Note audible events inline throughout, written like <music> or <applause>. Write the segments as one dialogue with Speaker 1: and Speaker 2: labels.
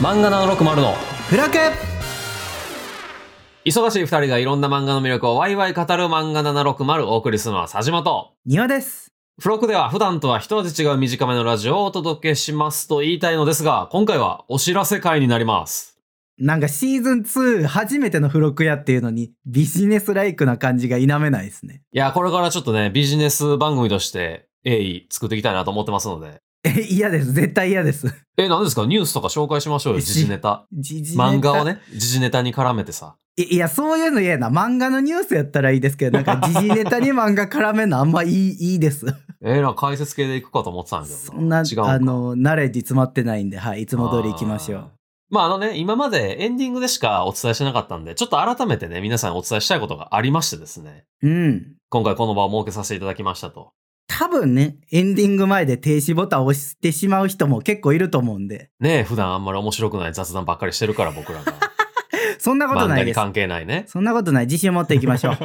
Speaker 1: 漫画760の
Speaker 2: フラク
Speaker 1: 忙しい二人がいろんな漫画の魅力をワイワイ語る漫画760をお送りするのは佐島と
Speaker 2: 庭です
Speaker 1: 付録では普段とは一味違う短めのラジオをお届けしますと言いたいのですが今回はお知らせ会になります
Speaker 2: なんかシーズン2初めての付録やっていうのにビジネスライクな感じが否めないですね。
Speaker 1: いやこれからちょっとねビジネス番組として鋭意作っていきたいなと思ってますので
Speaker 2: え、嫌です。絶対嫌です。 <laughs>
Speaker 1: え何ですかニュースとか紹介しましょうよ
Speaker 2: えし
Speaker 1: 時事ネタ
Speaker 2: 時事ネタ
Speaker 1: 漫画を。ね時事ネタに絡めてさ
Speaker 2: いいや、そういうの嫌やな。漫画のニュースやったらいいですけど、なんか時事ネタに漫画絡めんの <laughs> あんまいい、いいです。
Speaker 1: えー、なんか解説系でいくかと思ってたんだけど
Speaker 2: そんな、あ
Speaker 1: 違うんか
Speaker 2: の、ナレッジ詰まってないんで、はい、いつも通り行きましょ
Speaker 1: あー
Speaker 2: う。
Speaker 1: まああのね、今までエンディングでしかお伝えしてなかったんで、ちょっと改めてね、皆さんにお伝えしたいことがありましてですね、
Speaker 2: うん。
Speaker 1: 今回この場を設けさせていただきましたと。
Speaker 2: 多分ね、エンディング前で停止ボタンを押してしまう人も結構いると思うんで、
Speaker 1: ねえ普段あんまり面白くない雑談ばっかりしてるから僕
Speaker 2: <laughs>
Speaker 1: らが。
Speaker 2: そんなこと
Speaker 1: 漫
Speaker 2: な
Speaker 1: 画
Speaker 2: い
Speaker 1: に
Speaker 2: です。
Speaker 1: 関係ないね。
Speaker 2: そんなことない。自信を持っていき
Speaker 1: <laughs>
Speaker 2: ましょう。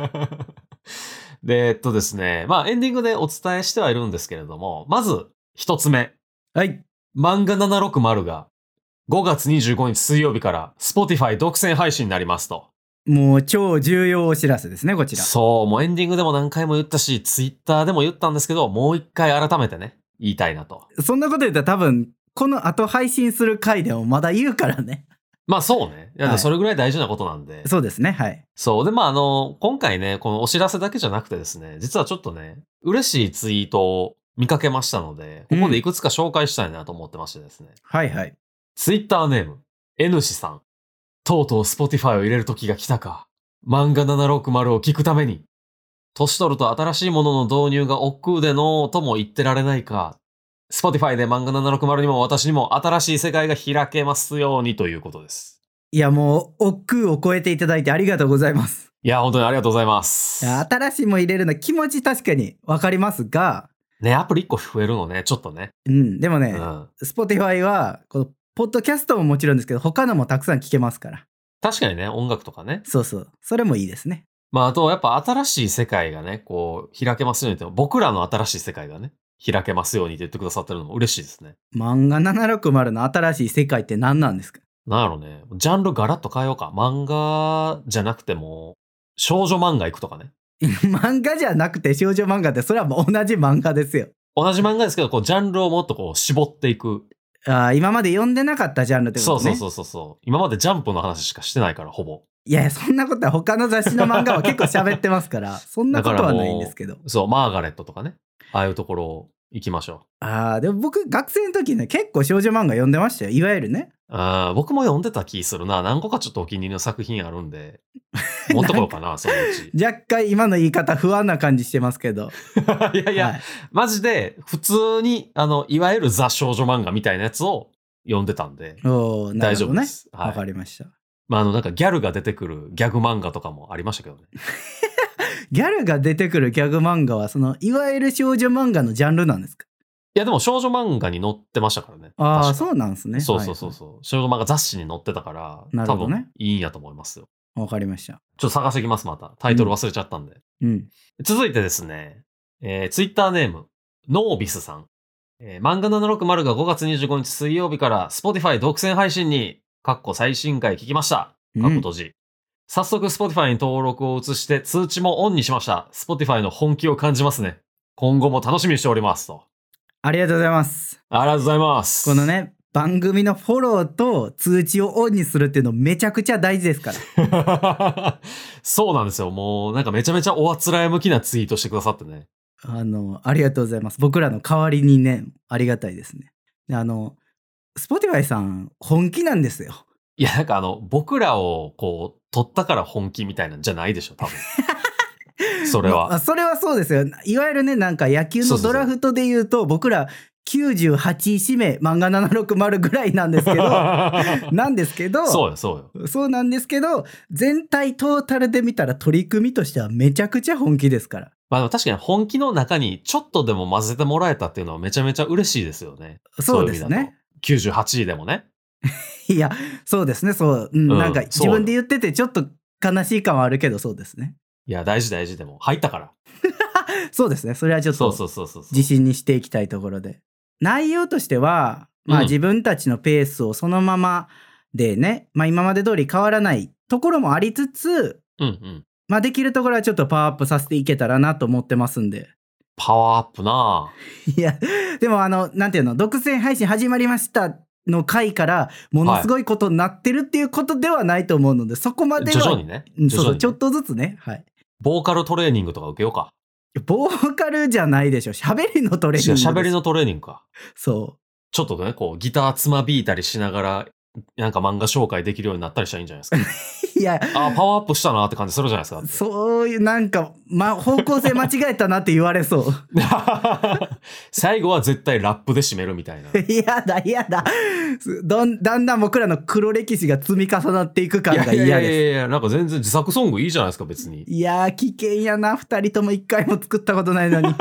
Speaker 1: で、えっとですね、まあエンディングでお伝えしてはいるんですけれども、まず一つ目、
Speaker 2: はい。
Speaker 1: 漫画760が5月25日水曜日から Spotify 独占配信になりますと。
Speaker 2: もう超重要お知らせですね、こちら。
Speaker 1: そう、もうエンディングでも何回も言ったし、ツイッターでも言ったんですけど、もう一回改めてね、言いたいなと。
Speaker 2: そんなこと言ったら多分、この後配信する回でもまだ言うからね。
Speaker 1: まあそうね。いや
Speaker 2: はい
Speaker 1: それぐらい大事なことなんで。
Speaker 2: <laughs> そうですね、はい。
Speaker 1: そう。で、まああの、今回ね、このお知らせだけじゃなくてですね、実はちょっとね、嬉しいツイートを見かけましたので、ここでいくつか紹介したいなと思ってましてですね。
Speaker 2: はいはい。
Speaker 1: ツイッターネーム、N 氏さん。とうとう Spotify を入れる時が来たか。漫画760を聞くために。年取ると新しいものの導入が億劫でのうとも言ってられないか。Spotify で漫画760にも私にも新しい世界が開けますようにということです。
Speaker 2: いや、もう、億劫を超えていただいてありがとうございます。
Speaker 1: いや、本当にありがとうございます
Speaker 2: い。や新しいもん入れるの気持ち確かにわかりますが、
Speaker 1: ね、アプリ1個増えるのね、ちょっとね。
Speaker 2: うん、でも
Speaker 1: う
Speaker 2: ね、
Speaker 1: ん。
Speaker 2: Spotify は、この、ポッドキャストももちろんですけど、他のもたくさん聞けますから。
Speaker 1: 確かにね、音楽とかね。
Speaker 2: そうそう。それもいいですね。
Speaker 1: まあ、あと、やっぱ新しい世界がね、こう、開けますようにって、僕らの新しい世界がね、開けますようにって言ってくださってるのも嬉しいですね。
Speaker 2: 漫画760の新しい世界って何なんですか
Speaker 1: なんやろね。ジャンルガラッと変えようか。漫画じゃなくても、少女漫画行くとかね。
Speaker 2: 漫画じゃなくて少女漫画ってそれはもう同じ漫画ですよ。
Speaker 1: 同じ漫画ですけど、こう、ジャンルをもっとこう、絞っていく。
Speaker 2: あー今まで読んでなかったジャンルってこ
Speaker 1: そ
Speaker 2: と
Speaker 1: う
Speaker 2: ね。
Speaker 1: そうそうそうそう。今までジャンプの話しかしてないから、ほぼ。
Speaker 2: いやいやそんなことは他の雑誌の漫画は結構喋ってますから
Speaker 1: <laughs>
Speaker 2: そんなことはないんですけど。
Speaker 1: そう、マーガレットとかね。ああいうところを行きましょ
Speaker 2: ああでも僕学生の時ね結構少女漫画読んでましたよいわゆるね。
Speaker 1: う。あー僕も読んでた気するな。何個かちょっとお気に入りの作品あるん
Speaker 2: <laughs>
Speaker 1: で、持ってこようかな、そのうち。
Speaker 2: 若干今の言い方不安な感じしてますけど。
Speaker 1: いやいや、
Speaker 2: はい、
Speaker 1: マジで、普通に、あの、いわゆるザ少女漫画みたいなやつを読んでたんで、
Speaker 2: おーな
Speaker 1: 大
Speaker 2: る
Speaker 1: 丈
Speaker 2: ほ
Speaker 1: 夫
Speaker 2: ど
Speaker 1: で
Speaker 2: ね。
Speaker 1: す。
Speaker 2: わ、
Speaker 1: はい
Speaker 2: かりました。
Speaker 1: まあ、あの、なんかギャルが出てくるギャグ漫画とかもありましたけどね。
Speaker 2: ギャルが出てくるギャグ漫画はそのいわゆる少女漫画のジャンルなんですか
Speaker 1: いや、でも少女漫画に載ってましたからね。
Speaker 2: ああ
Speaker 1: 確か
Speaker 2: そうなんですね。
Speaker 1: そうそうそうそう、少女漫画雑誌に載ってたから、
Speaker 2: なるほどね
Speaker 1: 多分いいんやと思いますよ。
Speaker 2: う。わかりました。
Speaker 1: ちょっと探してきます、また。タイトル忘れちゃったんで。
Speaker 2: うん。
Speaker 1: 続いてですね、えー、ツイッターネーム、ノービスさん。えー漫画760が5月25日水曜日から Spotify 独占配信に、かっこ最新回聞きました。かっこ閉じ。早速 Spotify に登録を移して通知もオンにしました。Spotify の本気を感じますね。今後も楽しみにしております。と。
Speaker 2: ありがとうございます。
Speaker 1: ありがとうございます。
Speaker 2: この。ね、番組のフォローと通知をオンにするっていうのめちゃくちゃ大事ですから。
Speaker 1: <laughs> そうなんですよ。もう、なんかめちゃめちゃおあつらえ向きなツイートしてくださってね。
Speaker 2: あの、ありがとうございます。僕らの代わりにね、ありがたいですね。であの、Spotify さん、本気なんですよ。
Speaker 1: いや、なんかあの、僕らをこう、取ったから本気みたいなんじゃないでしょ、多分。
Speaker 2: <laughs>
Speaker 1: それ
Speaker 2: まあ
Speaker 1: は。
Speaker 2: それはそうですよ。いわゆるね、なんか野球
Speaker 1: そう
Speaker 2: の
Speaker 1: そうそう
Speaker 2: ドラフトで言うと、僕ら98位指名、漫画760ぐらいなんです
Speaker 1: <laughs>
Speaker 2: けど、なんですけど、
Speaker 1: そうよ、そうよ。
Speaker 2: そうなんですけど、全体トータルで見たら取り組みとしてはめちゃくちゃ本気ですから。
Speaker 1: まあでも確かに本気の中にちょっとでも混ぜてもらえたっていうのはめちゃめちゃ嬉しいですよね。
Speaker 2: そうですね。
Speaker 1: 98位でもね。
Speaker 2: <laughs> いや、そうですね、そう、うん
Speaker 1: うん
Speaker 2: なんか
Speaker 1: そう
Speaker 2: 自分で言ってて、ちょっと悲しい感はあるけど、そうですね。
Speaker 1: いや、大事大事でも。入ったから。
Speaker 2: そうですね、それはちょっ
Speaker 1: そうそ
Speaker 2: と
Speaker 1: うそうそうそう。
Speaker 2: 自信にしていきたいところで。内容としては、まあ
Speaker 1: うん
Speaker 2: 自分たちのペースをそのままでね、まあ、今まで通り変わらないところもありつつ、
Speaker 1: うんうん。
Speaker 2: まあ、できるところはちょっとパワーアップさせていけたらなと思ってますんで。
Speaker 1: パワーアップなぁ
Speaker 2: いや、でもあの、なんていうの、独占配信始まりましたの回から、ものすごいことになってるっていうことではないと思うので、そこまで
Speaker 1: 徐
Speaker 2: は、
Speaker 1: 々にね。
Speaker 2: うん
Speaker 1: 徐
Speaker 2: そうそ
Speaker 1: 々
Speaker 2: う、
Speaker 1: に
Speaker 2: ちょっとずつね、はい。
Speaker 1: ボーカルトレーニングとか受けようか。
Speaker 2: ボーカルじゃないでしょ、喋りのトレーニングです。
Speaker 1: 喋りのトレーニングか。
Speaker 2: そ
Speaker 1: ちょっとね、こう、ギターつまびいたりしながら、なんか漫画紹介できるようになったりしたらいいんじゃないです
Speaker 2: う。いや、
Speaker 1: か。
Speaker 2: <laughs>
Speaker 1: あー、パワーアップしたなって感じするじゃないですか。
Speaker 2: そういう、なんか、ま、方向性間違えたなって言われそう。
Speaker 1: <laughs>
Speaker 2: <laughs>
Speaker 1: 最後は絶対ラップで締めるみたいな。
Speaker 2: いやだ、いやだ。すどんだんだん僕らの黒歴史が積み重なっていく <laughs> 感が
Speaker 1: いや
Speaker 2: 嫌
Speaker 1: いやい
Speaker 2: です。
Speaker 1: やいや、なんか全然自作ソングいいじゃないですか、別に。
Speaker 2: いやー、危険やな。二人とも一回も作ったことない
Speaker 1: <laughs>
Speaker 2: のに。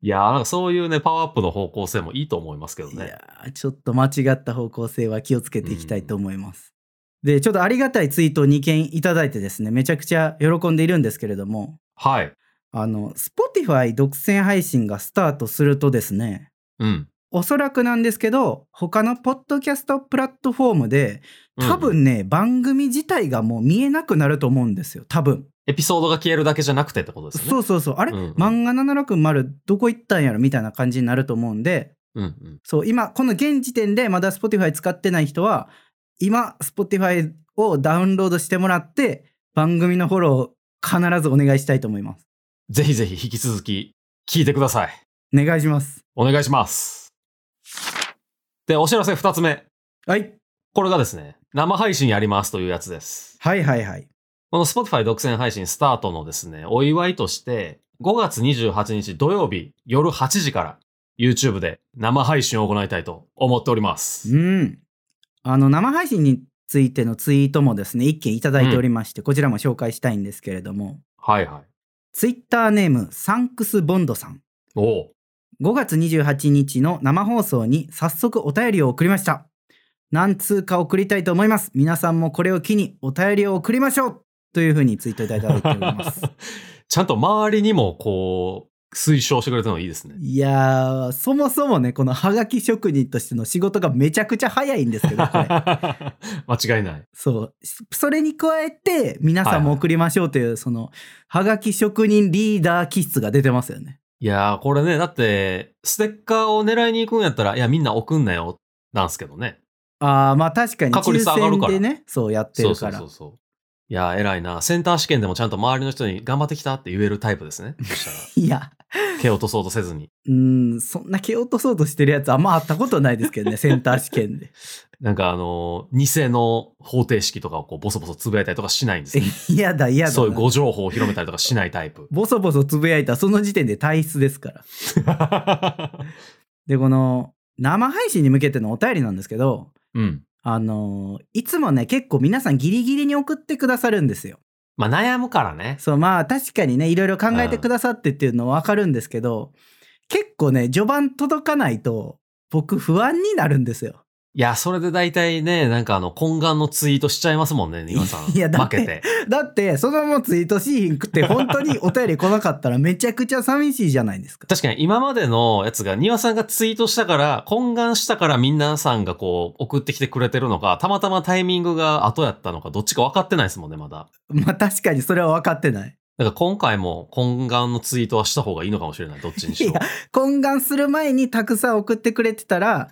Speaker 1: いやーなんかそういうね、パワーアップの方向性もいいと思いますけど
Speaker 2: い
Speaker 1: ね。
Speaker 2: やーちょっと間違った方向性は気をつけていきたいと思います。で、ちょっとありがたいツイートを2件いただいてですね、めちゃくちゃ喜んでいるんですけれども、
Speaker 1: はい。
Speaker 2: あの、Spotify 独占配信がスタートするとですね、
Speaker 1: うん。
Speaker 2: おそらくなんですけど、他のポッドキャストプラットフォームで、多
Speaker 1: うん
Speaker 2: 分ね、番組自体がもう見えなくなると思うんですよ、多分。
Speaker 1: エピソードが消えるだけじゃなくてってことですよね。
Speaker 2: そうそうそう、あれ、
Speaker 1: うんうん
Speaker 2: 漫画760どこ行ったんやろみたいな感じになると思うんで、
Speaker 1: うんうん。
Speaker 2: そう、今、この現時点でまだ Spotify 使ってない人は、今、Spotify をダウンロードしてもらって、番組のフォローを必ずお願いしたいと思います。
Speaker 1: ぜひぜひ引き続き聞いてください。
Speaker 2: お願いします。
Speaker 1: お願いします。で、お知らせ二つ目。
Speaker 2: はい。
Speaker 1: これがですね、生配信やりますというやつです。
Speaker 2: はいはいはい。
Speaker 1: この Spotify 独占配信スタートのですね、お祝いとして、5月28日土曜日夜8時から YouTube で生配信を行いたいと思っております。
Speaker 2: うん。あの、生配信についてのツイートもですね、一件いただいておりまして、こちらも紹介したいんですけれども、
Speaker 1: はいはい。
Speaker 2: ツイッターネーム、サンクス・ボンドさん。
Speaker 1: おう
Speaker 2: 5月28日の生放送に早速お便りを送りました。何通か送りたいと思います。皆さんもこれを機にお便りを送りましょうというふうにツイートいただいております。
Speaker 1: <laughs> ちゃんと周りにもこう、推奨してくれたのいいですね。
Speaker 2: いやー、そもそもね、このハガキ職人としての仕事がめちゃくちゃ早いんですけど、こ
Speaker 1: <laughs>
Speaker 2: れ。
Speaker 1: 間違いない。
Speaker 2: そう。それに加えて、皆さんも送りましょうという、その、ハガキ職人リーダー気質が出てますよね。
Speaker 1: いやー、これね、だって、ステッカーを狙いに行くんやったら、いや、みんな送んなよ、なんすけどね。
Speaker 2: あー、まあ確かに
Speaker 1: 確率上がる
Speaker 2: 抽
Speaker 1: から
Speaker 2: 選でね、そうやって
Speaker 1: そ
Speaker 2: る
Speaker 1: うそ
Speaker 2: か
Speaker 1: う
Speaker 2: ら
Speaker 1: そう。そう。いやー、偉いな。センター試験でもちゃんと周りの人に頑張ってきたって言えるタイプです
Speaker 2: <laughs>
Speaker 1: ね。そしたら、
Speaker 2: いや、
Speaker 1: 毛落とそうとせずに。
Speaker 2: うーん、そんな蹴落とそうとしてるやつあんま会ったことないです
Speaker 1: <laughs>
Speaker 2: けどね、センター試験で。
Speaker 1: なんか、あのー偽の方程式とかをこう、ボソボソつぶやいたりとかしないんですよ。
Speaker 2: 嫌だ、嫌だな。。
Speaker 1: そういう誤情報を広めたりとかしないタイプ
Speaker 2: <laughs> ボソボソつぶやいたその時点で体質ですから。で、この生配信に向けてのお便りなんですけど、
Speaker 1: うん。
Speaker 2: あのーいつもね、結構皆さんギリギリに送ってくださるんですよ。
Speaker 1: まあ、悩むからね。
Speaker 2: そう、まあ確かにね、いろいろ考えてくださってっていうのはわかるんですけど、結構ね、序盤届かないと、僕不安になるんですよ。
Speaker 1: いや、それで大体ね、なんかあの、懇願のツイートしちゃいますもんね、ニワさん。
Speaker 2: いやだっ
Speaker 1: 負
Speaker 2: て
Speaker 1: けて。
Speaker 2: だって、そのままツイートしひんくって、本当にお便り来なかったらめちゃくちゃ寂しいじゃないですか。
Speaker 1: 確かに今までのやつが、庭さんがツイートしたから、懇願したからみんなさんがこう、送ってきてくれてるのか、たまたまタイミングが後やったのか、どっちか分かってないですもんね、まだ。
Speaker 2: まあ確かにそれは分かってない。
Speaker 1: だから今回も懇願のツイートはした方がいいのかもしれない、どっちにしろ
Speaker 2: いや。懇願する前にたくさん送ってくれて
Speaker 1: <laughs>
Speaker 2: たら、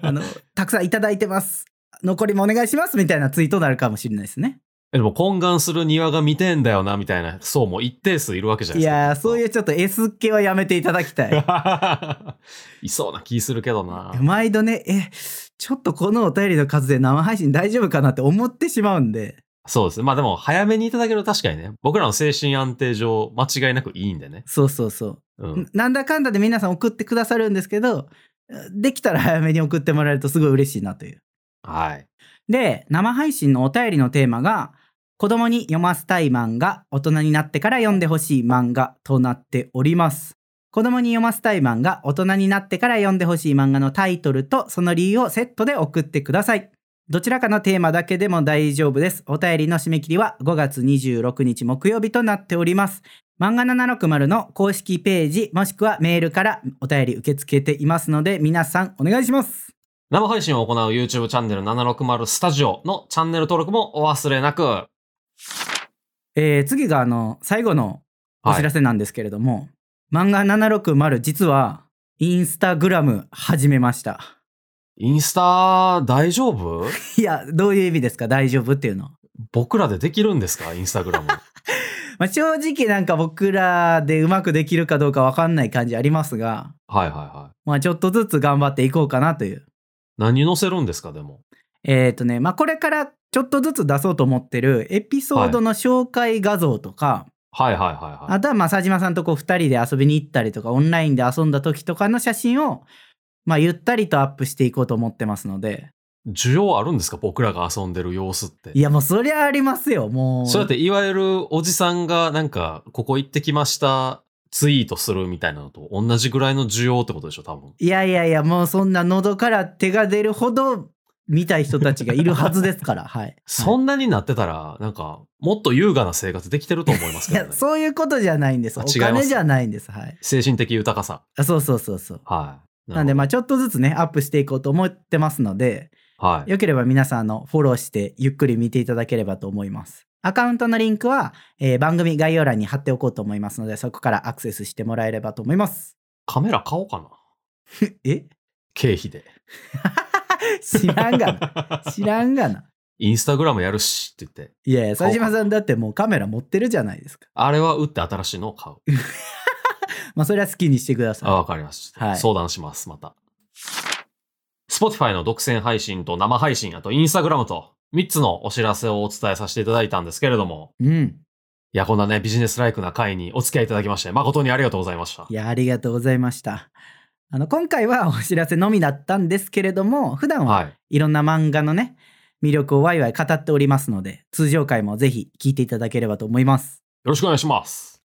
Speaker 2: あの、たくさんいただいてます。残りもお願いしますみたいなツイートになるかもしれないですね。
Speaker 1: えでも懇願する庭が見てんだよな、みたいな層も一定数いるわけじゃない
Speaker 2: い
Speaker 1: ですか。。
Speaker 2: やー、そういううちょっと S 系はやめていただきた
Speaker 1: <laughs>
Speaker 2: い。
Speaker 1: いそうな気するけどな。
Speaker 2: 毎度ね、え、ちょっとこのお便りの数で生配信大丈夫かなって思ってしまうんで、
Speaker 1: そうですね。まあでも、早めにいただけると確かにね、僕らの精神安定上、間違いなくいいんでね。
Speaker 2: そうそうそ
Speaker 1: う
Speaker 2: う。
Speaker 1: ん。
Speaker 2: なんだかんだで皆さん送ってくださるんですけど、できたら早めに送ってもらえるとすごい嬉しいなという。
Speaker 1: はい。
Speaker 2: で、生配信のお便りのテーマが、子供に読ませたい漫画、大人になってから読んでほしい漫画となっております。子供に読ませたい漫画、大人になってから読んでほしい漫画のタイトルとその理由をセットで送ってください。どちらかのテーマだけでも大丈夫です。お便りの締め切りは5月26日木曜日となっております。漫画760の公式ページもしくはメールからお便り受け付けていますので皆さんお願いします。
Speaker 1: 生配信を行う YouTube チャンネル760スタジオのチャンネル登録もお忘れなく。は
Speaker 2: えー次があの最後のお知らせなんですけれども、漫画760実はインスタグラム始めました <laughs>
Speaker 1: インスタ大丈夫
Speaker 2: いやどういう意味ですか大丈夫っていうの、
Speaker 1: 僕らでできるんですかインスタグラ
Speaker 2: <laughs>
Speaker 1: ム。
Speaker 2: まあ、正直なんか僕らでうまくできるかどうかわかんない感じありますが
Speaker 1: はいはいはい。
Speaker 2: まあちょっとずつ頑張っていこうかなという
Speaker 1: 何載せるんですかでも。
Speaker 2: えっ、とねまあこれからちょっとずつ出そうと思ってるエピソードの紹介画像とか、
Speaker 1: はいはいはいはい。
Speaker 2: あとはまあ佐島さんとこう2人で遊びに行ったりとかオンラインで遊んだ時とかの写真を、まあ、ゆったりとアップしていこうと思ってますので
Speaker 1: 需要あるんですか僕らが遊んでる様子って
Speaker 2: い。やもうそりゃありますよもう
Speaker 1: そうやっていわゆるおじさんがなんかここ行ってきましたツイートするみたいなのと同じぐらいの需要ってことでしょ多分。
Speaker 2: いやいやいやもうそんな喉から手が出るほど見たい人たちがいるはずで
Speaker 1: <laughs>
Speaker 2: すからはい
Speaker 1: そ
Speaker 2: ん
Speaker 1: んなになってたらなんかもっと優雅な生活できてると思います
Speaker 2: い
Speaker 1: けど
Speaker 2: や
Speaker 1: ね。
Speaker 2: そういうことじゃないんです
Speaker 1: あ
Speaker 2: お
Speaker 1: 違います
Speaker 2: 金じゃないんですはい
Speaker 1: 精神的豊かさ。
Speaker 2: あそうそうそうそう
Speaker 1: はい。
Speaker 2: なんで
Speaker 1: あ、
Speaker 2: まあちょっとずつねアップしていこうと思ってますので
Speaker 1: はい。
Speaker 2: よければ皆さんあのフォローしてゆっくり見ていただければと思います。アカウントのリンクは、えー番組概要欄に貼っておこうと思いますので、そこからアクセスしてもらえればと思います。
Speaker 1: カメラ買おうかな。
Speaker 2: え <laughs>
Speaker 1: 経費で。
Speaker 2: 知らんがな。知らんがな。
Speaker 1: インスタグラムやるしって言って。
Speaker 2: いやいや、佐島さんだってもうカメラ持ってるじゃないですか。
Speaker 1: あれは打って新しいのを買う。
Speaker 2: まあ、それは好きにしてくだ
Speaker 1: あ、
Speaker 2: さ
Speaker 1: わかりました。
Speaker 2: はい
Speaker 1: 相談します、また。Spotify の独占配信と生配信、あと Instagram と3つのお知らせをお伝えさせていただいたんですけれども、
Speaker 2: い。うん。
Speaker 1: いや、こんなね、ビジネスライクな会にお付き合いいただきまして、誠にありがとうございました
Speaker 2: い。や、ありがとうございました。あの、今回はお知らせのみだったんですけれども、普段は
Speaker 1: はい。
Speaker 2: いろんな漫画のね、魅力をワイワイ語っておりますので、通常回もぜひ聞いていただければと思います。
Speaker 1: よろしくお願いします。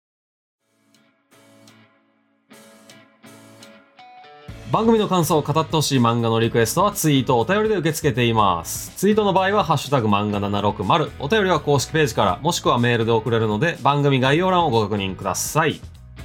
Speaker 1: 番組の感想を語ってほしい漫画のリクエストはツイート、お便りで受け付けています。ツイートの場合は、ハッシュタグ漫画760、お便りは公式ページから、もしくはメールで送れるので、番組概要欄をご確認ください。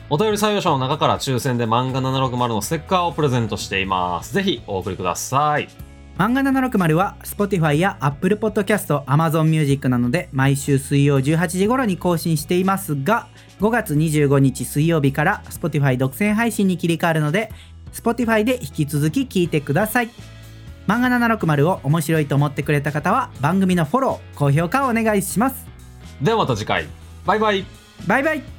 Speaker 1: お便り採用者の中から抽選で漫画760のステッカーをプレゼントしています。ぜひお送りください。
Speaker 2: 漫画760は Spotify や Apple Podcast、Amazon Music などで毎週水曜18時頃に更新していますが5月25日水曜日から Spotify 独占配信に切り替わるので Spotify で引き続き聞いてください漫画760を面白いと思ってくれた方は番組のフォロー、高評価をお願いします
Speaker 1: ではまた次回。バイバイ。
Speaker 2: バイバイ